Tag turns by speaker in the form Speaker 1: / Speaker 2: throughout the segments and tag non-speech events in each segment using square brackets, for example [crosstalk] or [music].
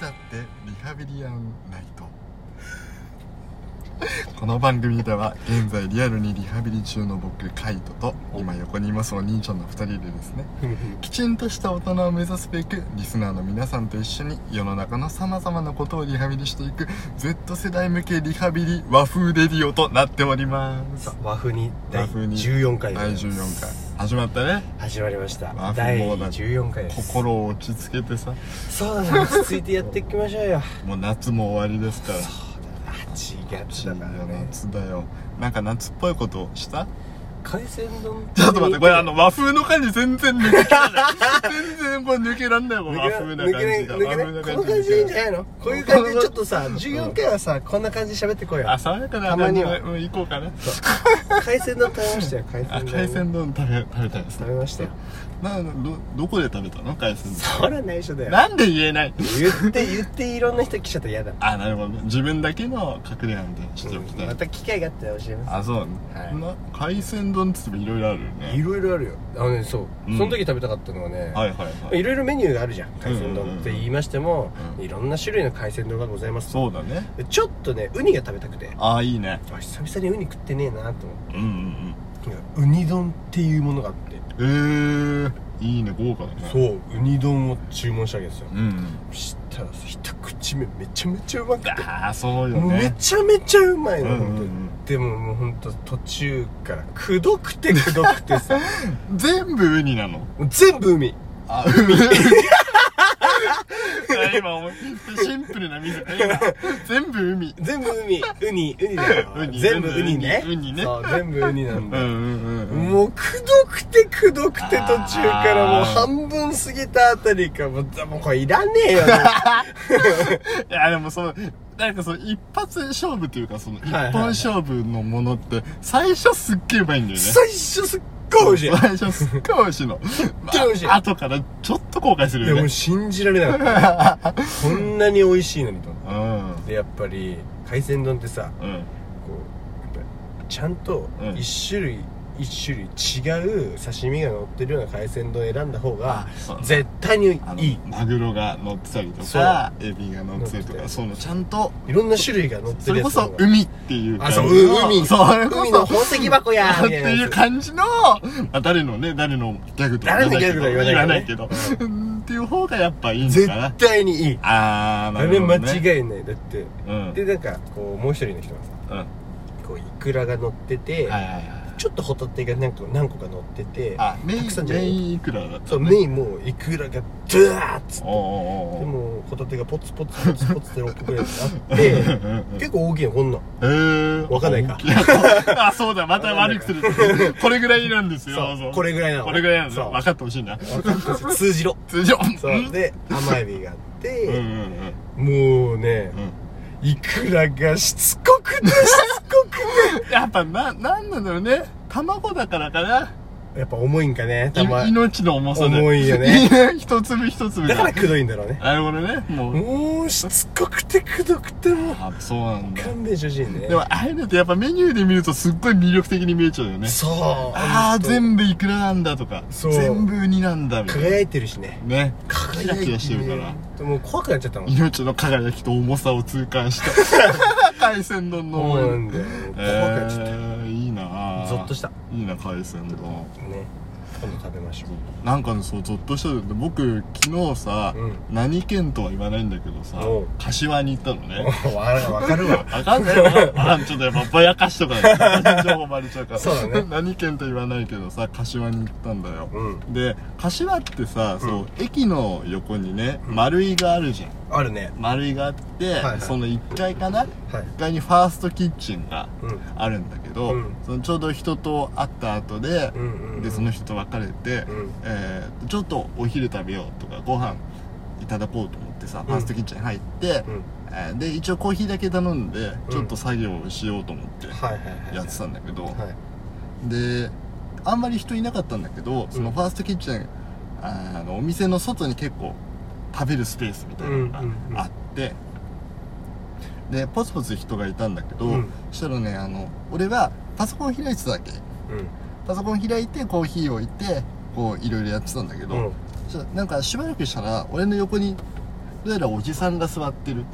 Speaker 1: たってリハビリアンナイト [laughs] この番組では現在リアルにリハビリ中の僕カイトと今横にいますお兄ちゃんの2人でですねきちんとした大人を目指すべくリスナーの皆さんと一緒に世の中のさまざまなことをリハビリしていく Z 世代向けリハビリ和風レディオとなっております
Speaker 2: [laughs] さあ和風に第
Speaker 1: 和風に
Speaker 2: 14回
Speaker 1: 第14回始まったね
Speaker 2: 始まりました
Speaker 1: 和風
Speaker 2: 第
Speaker 1: もだ
Speaker 2: 14回です
Speaker 1: 心を落ち着けてさ
Speaker 2: そうだね落ち着いてやっていきましょうよ [laughs]
Speaker 1: もう夏も終わりですから
Speaker 2: 8
Speaker 1: 暑
Speaker 2: 月だ
Speaker 1: い
Speaker 2: か
Speaker 1: よ
Speaker 2: らね
Speaker 1: 夏だよなんか夏っぽいことをした
Speaker 2: 海鮮丼
Speaker 1: ちょっと待ってこれあの和風の感じ全然抜けらんない全然これ抜けらんないよこの和風
Speaker 2: 抜
Speaker 1: な
Speaker 2: け
Speaker 1: 感じ
Speaker 2: ない抜
Speaker 1: が
Speaker 2: けない
Speaker 1: 和
Speaker 2: 抜け
Speaker 1: 風
Speaker 2: な
Speaker 1: な
Speaker 2: いこの感じでいいんじゃないのこういう感じ
Speaker 1: こ
Speaker 2: で
Speaker 1: の
Speaker 2: ちょっ
Speaker 1: [laughs]
Speaker 2: とさ14回はさこんな感じで喋ってこいよ
Speaker 1: あ爽やかな
Speaker 2: たま
Speaker 1: 感
Speaker 2: に
Speaker 1: じ
Speaker 2: は
Speaker 1: でうん行こうかな
Speaker 2: 海鮮丼食べましたよ海鮮
Speaker 1: [laughs] あ
Speaker 2: 丼
Speaker 1: 海鮮丼食べ食べたいです
Speaker 2: 食べま
Speaker 1: [laughs]
Speaker 2: したよ
Speaker 1: などどこで食べたの海鮮丼
Speaker 2: そら内緒だよ
Speaker 1: なんで言えない
Speaker 2: 言って言っていろんな人来ちゃったら嫌だ
Speaker 1: あなるほどね自分だけの隠れ家みたいにしておきたい、
Speaker 2: また機会があったら教えま
Speaker 1: あそう、
Speaker 2: はい
Speaker 1: な海鮮丼っつってもいろいろあるよ
Speaker 2: すい
Speaker 1: ね
Speaker 2: ろいろあるよあのねそう
Speaker 1: うん
Speaker 2: その時食べたかったのはね
Speaker 1: はいはいはい
Speaker 2: いろいろメニューがあるじゃん海鮮丼って言いましても
Speaker 1: うん
Speaker 2: いろんな種類の海鮮丼がございます
Speaker 1: そうだね
Speaker 2: でちょっとねウニが食べたくて
Speaker 1: ああいいね
Speaker 2: あ久々にウニ食ってねえなと思
Speaker 1: うんうん
Speaker 2: ってウニ丼っていうものがあって
Speaker 1: うんえー、いいね豪華だねう
Speaker 2: そうウニ丼を注文したわけですよ
Speaker 1: うんうん
Speaker 2: そしたらさ一口目めちゃめちゃうまくて
Speaker 1: ああそうよ
Speaker 2: もうめ
Speaker 1: ね
Speaker 2: ちゃめちゃうまいの、
Speaker 1: うんうんうん
Speaker 2: 本当にでももう本当途中からくどくてくどくてさ [laughs]
Speaker 1: 全部ウニなの
Speaker 2: 全部海 [laughs]
Speaker 1: あ海あ今思いシンプルな水今全部海
Speaker 2: [laughs] 全部海ウニウニだよ
Speaker 1: [laughs] ウニ
Speaker 2: 全部ウニね
Speaker 1: ウニね
Speaker 2: そう全部ウニなん
Speaker 1: う
Speaker 2: だ
Speaker 1: ん
Speaker 2: よ、
Speaker 1: うんうん
Speaker 2: もうくどくてくどくて途中からもう
Speaker 1: あー
Speaker 2: 半分過ぎたあたりかもうざもうこれいらね
Speaker 1: [laughs]
Speaker 2: えよ
Speaker 1: いや、でもその、なんかその一発勝負というか、その一
Speaker 2: はいはい
Speaker 1: 本勝負のものって、最初すっげえうまいんだよね。
Speaker 2: 最初すっごい美味しい
Speaker 1: 最初すっごい美味しいの。
Speaker 2: [laughs] げえ美味しい
Speaker 1: まあ後からちょっと後悔する
Speaker 2: で
Speaker 1: よ
Speaker 2: も
Speaker 1: ね
Speaker 2: う。信じられなかったこんなに美味しいのにと思っ
Speaker 1: うん。
Speaker 2: てでやっぱり海鮮丼ってさ
Speaker 1: うん。
Speaker 2: こうやっぱりちゃんと
Speaker 1: うん
Speaker 2: 一種類、一種類違う刺身が乗ってるような海鮮丼を選んだ方が
Speaker 1: そう
Speaker 2: 絶対に
Speaker 1: あの
Speaker 2: いい
Speaker 1: マグロが乗ってたりと
Speaker 2: そう
Speaker 1: か、エビが乗ってたりと
Speaker 2: 乗って
Speaker 1: か、そのちゃんと、
Speaker 2: いろんな種類が乗って
Speaker 1: そ
Speaker 2: る
Speaker 1: れ
Speaker 2: や
Speaker 1: こ
Speaker 2: つの方
Speaker 1: そ
Speaker 2: が
Speaker 1: 海っていう
Speaker 2: あ
Speaker 1: 感じ
Speaker 2: そう
Speaker 1: の。
Speaker 2: 海
Speaker 1: それこ
Speaker 2: 海の
Speaker 1: そ、
Speaker 2: 宝石箱や
Speaker 1: っ
Speaker 2: み
Speaker 1: て
Speaker 2: たいな
Speaker 1: いう
Speaker 2: やつ
Speaker 1: 感じの、まあ、誰のね、誰のギャグとか
Speaker 2: 誰のギャグとか言わないけ
Speaker 1: けど、うんっていう方がやっぱいいん
Speaker 2: 絶
Speaker 1: かな。
Speaker 2: 対にいい
Speaker 1: あー、
Speaker 2: あ
Speaker 1: な
Speaker 2: れ
Speaker 1: るほ
Speaker 2: 間
Speaker 1: ど、ね。
Speaker 2: 違いないだって
Speaker 1: うん。
Speaker 2: でなんかこうもう一人の人がさ
Speaker 1: うん。はい
Speaker 2: こうイクラが乗ってて、
Speaker 1: はいはい。
Speaker 2: ちょっとホタテが何個何個か乗ってて
Speaker 1: あ、メイ
Speaker 2: たくさん
Speaker 1: ン、
Speaker 2: じゃな
Speaker 1: メ
Speaker 2: い
Speaker 1: インいくらだった
Speaker 2: そうメインもうイクラがドゥワーッつって
Speaker 1: おおお
Speaker 2: で
Speaker 1: うおう。
Speaker 2: もホタテがポツポツポツポツって6個ぐらいあって
Speaker 1: うんうん
Speaker 2: 結構大きいのこんなん
Speaker 1: えー。
Speaker 2: わかんないか
Speaker 1: あ。あ、そうだ、また悪くする。これぐらいなんですよ。
Speaker 2: そうこれぐらいなの
Speaker 1: これぐらいなんです
Speaker 2: そ
Speaker 1: よ。
Speaker 2: う
Speaker 1: 分かってほしいな。
Speaker 2: 分かったです通じろ
Speaker 1: 通常。
Speaker 2: そうで甘エビがあっ
Speaker 1: うんうん
Speaker 2: て
Speaker 1: うん
Speaker 2: もうね
Speaker 1: う
Speaker 2: イクラがしつこくてしつこく
Speaker 1: ん。やっぱ、な、なんなんだろうね。卵だからかな。
Speaker 2: てやっぱ重いんかねたま
Speaker 1: い命の重さで。
Speaker 2: 重いよね。
Speaker 1: [laughs] 一粒一粒
Speaker 2: だから
Speaker 1: が。
Speaker 2: くどいんだろうね
Speaker 1: なるほどね。もう。
Speaker 2: もうしつこくてくどくてもう
Speaker 1: あ、そうなんだ。
Speaker 2: 勘弁してほしいね
Speaker 1: でも、ああいうのってやっぱメニューで見るとすっごい魅力的に見えちゃうよね。
Speaker 2: そう
Speaker 1: ああ、
Speaker 2: 部
Speaker 1: 全部いくらなんだとか。
Speaker 2: そう
Speaker 1: 全部になんだみたいな。
Speaker 2: 輝いてるしね
Speaker 1: ね
Speaker 2: 輝い
Speaker 1: キラキラしてるから
Speaker 2: らもう怖くなっちゃったもん
Speaker 1: 命の輝きと重さを痛感した
Speaker 2: [laughs]
Speaker 1: 海鮮丼の
Speaker 2: そう
Speaker 1: 思い
Speaker 2: なんだよ怖く
Speaker 1: え
Speaker 2: なっちゃっ
Speaker 1: ー、いいな
Speaker 2: た
Speaker 1: ぁ
Speaker 2: ゾッとしたね
Speaker 1: いいな海鮮丼
Speaker 2: 今度食べましょう
Speaker 1: なんかねそうゾッとしたで僕昨日さ、
Speaker 2: うん
Speaker 1: 何県とは言わないんだけどさ
Speaker 2: おう
Speaker 1: 柏に行ったのね
Speaker 2: わかるわ
Speaker 1: わかんないわかんちょっとやっぱぼやかしとかね [laughs] 情報バレちゃうから
Speaker 2: そうだね
Speaker 1: 何県とは言わないけどさ柏に行ったんだよ、
Speaker 2: うん
Speaker 1: で柏ってさ、そう駅の横にね
Speaker 2: ん
Speaker 1: 丸いがあるじゃん
Speaker 2: あるね
Speaker 1: 丸いがあって、
Speaker 2: いはい
Speaker 1: その1階かな
Speaker 2: はい
Speaker 1: 1階にファーストキッチンが
Speaker 2: うん
Speaker 1: あるんだけど、
Speaker 2: うん
Speaker 1: そのちょうど人と会った後で、
Speaker 2: うんうんうん
Speaker 1: でその人と別れて、
Speaker 2: うん
Speaker 1: えーちょっとお昼食べようとかご飯いただこうと思ってさ、
Speaker 2: ん
Speaker 1: ファーストキッチン入って、
Speaker 2: うん
Speaker 1: えーで一応コーヒーだけ頼んで
Speaker 2: ん
Speaker 1: ちょっと作業をしようと思って
Speaker 2: はいはいはい
Speaker 1: やってたんだけど、
Speaker 2: はい
Speaker 1: であんまり人いなかったんだけどそのファーストキッチン、あーあのお店の外に結構食べるスペースみたいなのが
Speaker 2: うんうんうん
Speaker 1: あって、でポツポツ人がいたんだけど、
Speaker 2: うん
Speaker 1: そしたらねあの俺はパソコン開いてたわけパソコン開いてコーヒーを置いてこういろいろやってたんだけ
Speaker 2: う
Speaker 1: ど、
Speaker 2: んうん
Speaker 1: そしたらなんかしばらくしたら俺の横にどうやらおじさんが座ってる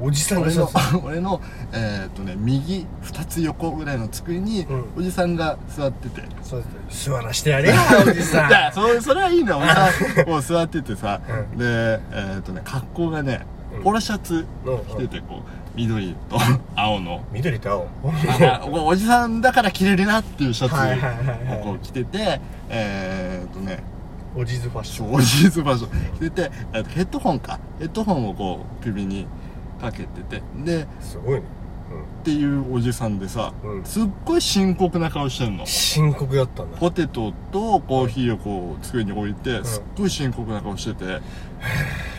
Speaker 2: おじさんが
Speaker 1: 俺
Speaker 2: そう
Speaker 1: の [laughs] 俺のえーっとね右2つ横ぐらいの机に
Speaker 2: うん
Speaker 1: おじさんが座ってて、
Speaker 2: そう座らしてやれよお
Speaker 1: [laughs]
Speaker 2: じさん
Speaker 1: いやそそれはい
Speaker 2: [laughs]
Speaker 1: いんだよ俺さもう座っててさ、
Speaker 2: う
Speaker 1: でえーっ、とね格好がね
Speaker 2: うん
Speaker 1: ポロシャツ
Speaker 2: うん
Speaker 1: 着ててこう緑と [laughs] 青の
Speaker 2: 緑と青
Speaker 1: あこれおじさんだから着れるなっていうシャツ
Speaker 2: はいはいはいはい
Speaker 1: をこう着ててえーっ、とね
Speaker 2: おじずファッション
Speaker 1: 超ジーズ場所着ててえーとヘッドホンかヘッドホンをこう首にかけててです
Speaker 2: ごいね
Speaker 1: っていうおじさんでさ、
Speaker 2: うん
Speaker 1: すっごい深刻な顔してんの
Speaker 2: 深刻だったんだ
Speaker 1: ポテトとコーヒーをこう机に置いて、
Speaker 2: ん
Speaker 1: すっごい深刻な顔してて、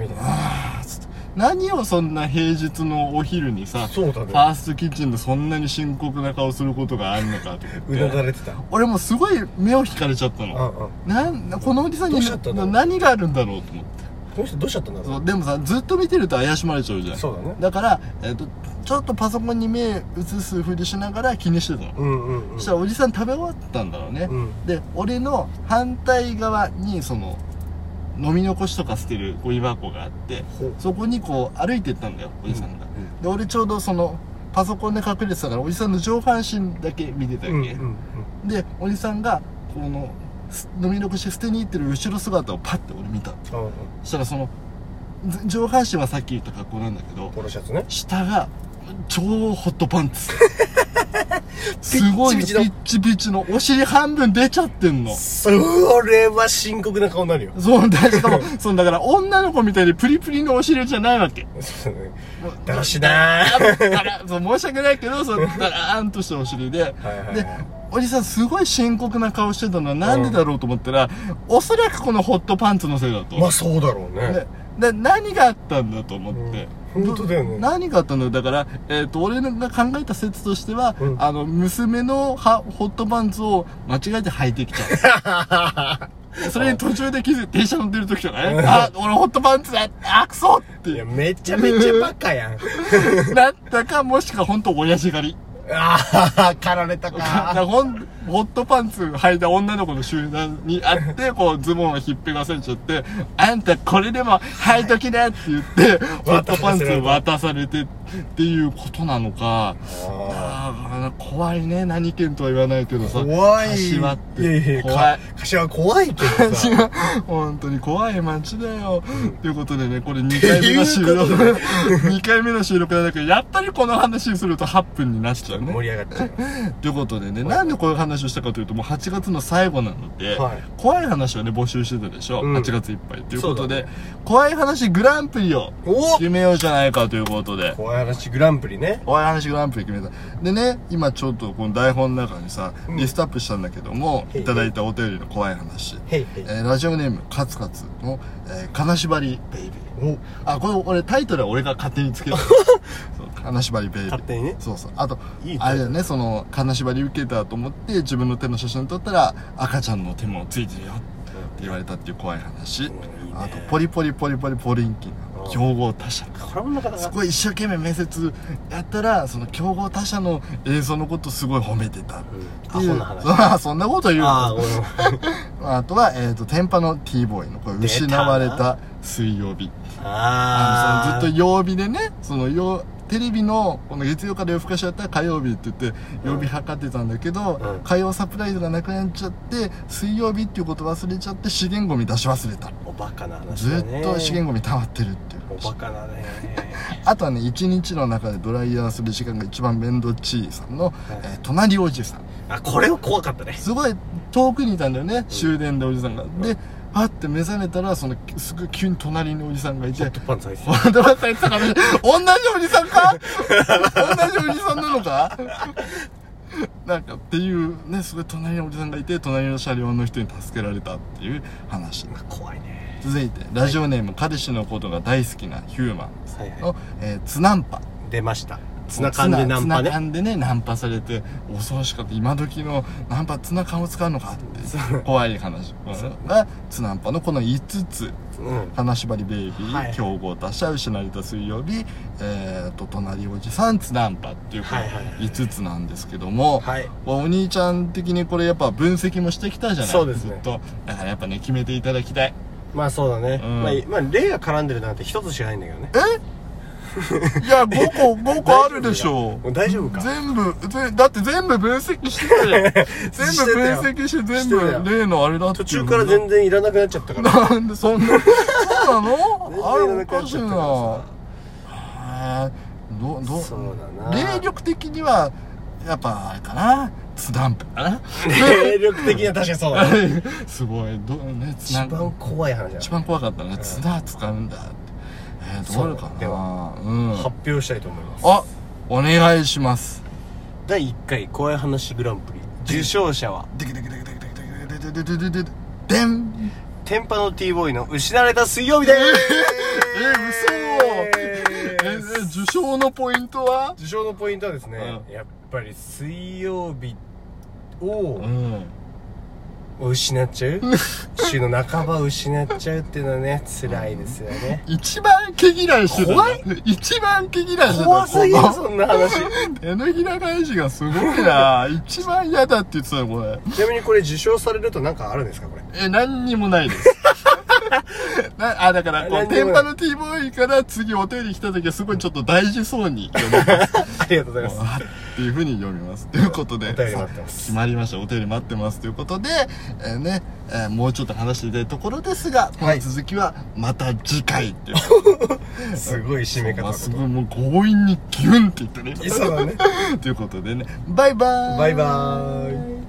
Speaker 2: みたいな
Speaker 1: あーつって何をそんな平日のお昼にさ、
Speaker 2: そうだ
Speaker 1: フ
Speaker 2: ね
Speaker 1: ァーストキッチンでそんなに深刻な顔することがあるのかと
Speaker 2: う
Speaker 1: 思
Speaker 2: な
Speaker 1: っ
Speaker 2: だ
Speaker 1: て
Speaker 2: れてた
Speaker 1: 俺もすごい目を引かれちゃった
Speaker 2: あ
Speaker 1: の、
Speaker 2: あ
Speaker 1: なんこのおじさん
Speaker 2: ど
Speaker 1: に
Speaker 2: うしちゃったの
Speaker 1: 何があるんだろうと思って
Speaker 2: この人どうしちゃったんだろ
Speaker 1: そううでもさずっと見てると怪しまれちゃうじゃん
Speaker 2: そうだね
Speaker 1: だから、えっとちょっとパソコンに目移すふりしながら気にしてたの、
Speaker 2: うんうんうん
Speaker 1: そしたらおじさん食べ終わったんだろうね、
Speaker 2: うん
Speaker 1: で俺の反対側にその飲み残しとか捨てるゴミ箱があって
Speaker 2: ほう
Speaker 1: そこにこう歩いてったんだよおじさんが、
Speaker 2: う
Speaker 1: で俺ちょうどそのパソコンで隠れてたからおじさんの上半身だけ見てたわ
Speaker 2: うんうん
Speaker 1: け、
Speaker 2: うん
Speaker 1: でおじさんがこのす飲み残し捨てに行ってる後ろ姿をパッて俺見た
Speaker 2: ああ
Speaker 1: そしたらそのず上半身はさっき言った格好なんだけど
Speaker 2: ポロシャツね
Speaker 1: 下が超ホットパン
Speaker 2: [laughs]
Speaker 1: ツすごい
Speaker 2: ピ
Speaker 1: ピ
Speaker 2: ッチピチの
Speaker 1: ッチピチのお尻半分出ちゃってんの
Speaker 2: それは深刻な顔になるよ
Speaker 1: そうだ、しかも、そうだから女の子みたいにプリプリのお尻じゃないわけ。
Speaker 2: そうだね
Speaker 1: もう
Speaker 2: だらしなー
Speaker 1: だらだらそう申し訳ないけど、そうだらーんとしたお尻で。
Speaker 2: はいはいはい
Speaker 1: で、おじさんすごい深刻な顔してたのはなんでだろうと思ったら、おそらくこのホットパンツのせいだと。
Speaker 2: まあそうだろうね
Speaker 1: でで何があったんだと思って。
Speaker 2: うん本当だよね
Speaker 1: 何があったんだよだから、えっと俺が考えた説としては、
Speaker 2: うん
Speaker 1: あの娘のはホットパンツを間違えて履いてきちゃった
Speaker 2: [laughs]
Speaker 1: それに途中で気づいて電車乗ってる時とかね
Speaker 2: う、ん
Speaker 1: あ、俺ホットパンツだあ、くそっ
Speaker 2: いや
Speaker 1: て
Speaker 2: めちゃめちゃバカ [laughs] やん
Speaker 1: [laughs] なったか、もしくは本当親父狩り。
Speaker 2: ああ狩られ
Speaker 1: [laughs]
Speaker 2: たか
Speaker 1: ほんホットパンツ履いた女の子の集団にあって、こうズボンをひっぺがされちゃって、あんたこれでも履いときなって言って、ホットパンツ渡されてっていうことなのか、
Speaker 2: あ
Speaker 1: あー怖いね、何県とは言わないけど
Speaker 2: ー
Speaker 1: さ。
Speaker 2: 怖い
Speaker 1: 柏って。
Speaker 2: いやいや
Speaker 1: 怖い。
Speaker 2: か柏は怖いけどさ
Speaker 1: [laughs] 本当に怖い街だよ。ということでね、これ2回目の収録、
Speaker 2: っていう
Speaker 1: [laughs] 2回目の収録なんだけど、やっぱりこの話すると8分になっちゃうね。
Speaker 2: 盛り上がっちゃう
Speaker 1: ということでね、なんでこういう話をしたかというと、もう8月の最後なので、
Speaker 2: はい
Speaker 1: 怖い話をね、募集してたでしょ、
Speaker 2: うん
Speaker 1: ?8 月いっぱい。ということ
Speaker 2: そう
Speaker 1: で、
Speaker 2: だ
Speaker 1: 怖い話グランプリを
Speaker 2: お
Speaker 1: 決めようじゃないかということで、
Speaker 2: 怖い話グランプリね
Speaker 1: 怖い話グランプリ決めた。でね、今ちょっとこの台本の中にさ、
Speaker 2: うん
Speaker 1: リストアップしたんだけども、
Speaker 2: へい
Speaker 1: いただいたお便りの怖い話。
Speaker 2: へいへい
Speaker 1: えーラジオネームカツカツの「えー金縛りベイビー
Speaker 2: お」
Speaker 1: あこれ俺タイトルは俺が勝手につ
Speaker 2: [laughs]
Speaker 1: けたそう金縛りベイビ
Speaker 2: 勝
Speaker 1: ー
Speaker 2: 手にね
Speaker 1: そうそうあと
Speaker 2: いいタイ
Speaker 1: あ
Speaker 2: トル
Speaker 1: れだよねその金縛り受けたと思って自分の手の写真撮ったら赤ちゃんの手もついてるよって言われたっていう怖い話、
Speaker 2: んいいね
Speaker 1: あとポリポリポリポリポリンキン
Speaker 2: うん
Speaker 1: 競合他社
Speaker 2: これもなかな
Speaker 1: す
Speaker 2: か
Speaker 1: ごい一生懸命面接やったらその競合他社の映像のことすごい褒めてたっていう
Speaker 2: アホな話
Speaker 1: [laughs] そんなこと言うの
Speaker 2: ああごめん
Speaker 1: あとは、えっ、と、天パの T ボーイの、これ、
Speaker 2: 出た
Speaker 1: 失
Speaker 2: な
Speaker 1: われた水曜日。あの、そ
Speaker 2: ああ
Speaker 1: のずっと曜日でね、その、曜テレビの、この月曜から夜更かしだったら火曜日って言って、曜日測ってたんだけど、
Speaker 2: うん
Speaker 1: 火曜サプライズがなくなっちゃって、水曜日っていうこと忘れちゃって、資源ゴミ出し忘れた。
Speaker 2: おバカな話
Speaker 1: ず
Speaker 2: だ
Speaker 1: っ
Speaker 2: ね
Speaker 1: と資源ゴミ溜まってるっていう
Speaker 2: お
Speaker 1: 話
Speaker 2: バ。カだね
Speaker 1: あとはね、一日の中でドライヤーする時間が一番面倒ちいさんの、えー隣おじさん。
Speaker 2: あこれは怖かったね
Speaker 1: すごい遠くにいたんだよね、終電でおじさんが。で、パって目覚めたら、その、すぐ急に隣におじさんがい
Speaker 2: ホッ
Speaker 1: て、
Speaker 2: トパンツ履いてた
Speaker 1: お待たせしたから、同じおじさんか同じおじさんなのかなんかっていうね、すごい隣におじさんがいて、隣の車両の人に助けられたっていう話。
Speaker 2: 怖いね
Speaker 1: 続いて、ラジオネーム、彼氏のことが大好きなヒューマン
Speaker 2: はいはい
Speaker 1: の、えーツナンパ。
Speaker 2: 出ましたツナ缶でナンパ
Speaker 1: ツナ
Speaker 2: ね
Speaker 1: 缶でね、ナンパされて、恐ろしかった。今時のナンパ、ツナ缶を使うのかって、怖い話。が、ツナンパのこの5つ。
Speaker 2: うん
Speaker 1: 金縛りベイビー、
Speaker 2: はい
Speaker 1: 競合他社、失われた水曜日、えーと、隣おじさん、ツナンパっていう、この
Speaker 2: はいはいはい
Speaker 1: 5つなんですけども、
Speaker 2: はい
Speaker 1: お兄ちゃん的にこれやっぱ分析もしてきたじゃない
Speaker 2: そうですね
Speaker 1: ずっと。だからやっぱね、決めていただきたい。
Speaker 2: まあそうだね、
Speaker 1: うん
Speaker 2: まあいまあ例が絡んでるなんて一つしかないんだけどね
Speaker 1: いや5個5個あるでしょう
Speaker 2: 大丈夫か
Speaker 1: 全部ぜだって全部分析してたじゃん
Speaker 2: [laughs]
Speaker 1: 全部分析して全
Speaker 2: してたよ
Speaker 1: 部例のあれだって
Speaker 2: 途中から全然いらなくなっちゃったから
Speaker 1: なんでそんなそうなのあれ
Speaker 2: [laughs] 全
Speaker 1: お
Speaker 2: 然なく
Speaker 1: か
Speaker 2: なっ
Speaker 1: しい
Speaker 2: ちゃったから
Speaker 1: なへ
Speaker 2: さ
Speaker 1: え [laughs] どど
Speaker 2: そうだな
Speaker 1: 霊力的にはやっぱあれかなスダンプかな
Speaker 2: 霊力的には確かにそう
Speaker 1: [laughs]
Speaker 2: だね
Speaker 1: すごいどねつ
Speaker 2: 一
Speaker 1: な
Speaker 2: 番怖い話だ
Speaker 1: 一番怖かったね
Speaker 2: ん
Speaker 1: 綱使うんだってえー、どうやるか
Speaker 2: そ
Speaker 1: な
Speaker 2: うで
Speaker 1: うん
Speaker 2: 発表したいと思います
Speaker 1: あお願いします
Speaker 2: 第1回怖い話グランプリ受賞者は
Speaker 1: できできできできできできできできできできでん
Speaker 2: 天パの T ボーイの失われた水曜日で
Speaker 1: [laughs] ええー、
Speaker 2: す
Speaker 1: 受賞のポイントは
Speaker 2: 受賞のポイントはですね、
Speaker 1: う
Speaker 2: やっぱり水曜日を
Speaker 1: ん
Speaker 2: 失っち
Speaker 1: [laughs]
Speaker 2: ゃう週の半ば失っちゃうっていうのはね辛いです
Speaker 1: [laughs]
Speaker 2: よね
Speaker 1: 一番毛嫌いしてた
Speaker 2: 怖い
Speaker 1: 一番毛嫌いしてた
Speaker 2: 怖すぎる
Speaker 1: この
Speaker 2: そんな話
Speaker 1: 手のひら返しがすごいな一番嫌だって言ってたよこれ
Speaker 2: ちなみにこれ受賞されると何かあるんですかこれ
Speaker 1: え何にもないです [laughs] なあだからこう
Speaker 2: 何に
Speaker 1: 天
Speaker 2: もない
Speaker 1: パの T ボーイから次お手入れ来た時はすごいちょっと大事そうに読みます
Speaker 2: ありがとうございます
Speaker 1: あっていうふうに読みますということで
Speaker 2: お便り待ってます
Speaker 1: 決まりましたお手入れ待ってますということで、えーねえーもうちょっと話していたいところですが、この続きはまた次回っていう
Speaker 2: すごい締 [laughs] め
Speaker 1: ま
Speaker 2: 方の
Speaker 1: あ
Speaker 2: こ
Speaker 1: すごいもう強引にギュンって言ってね
Speaker 2: とそうだね
Speaker 1: ということでねバイバーイ
Speaker 2: バイバーイ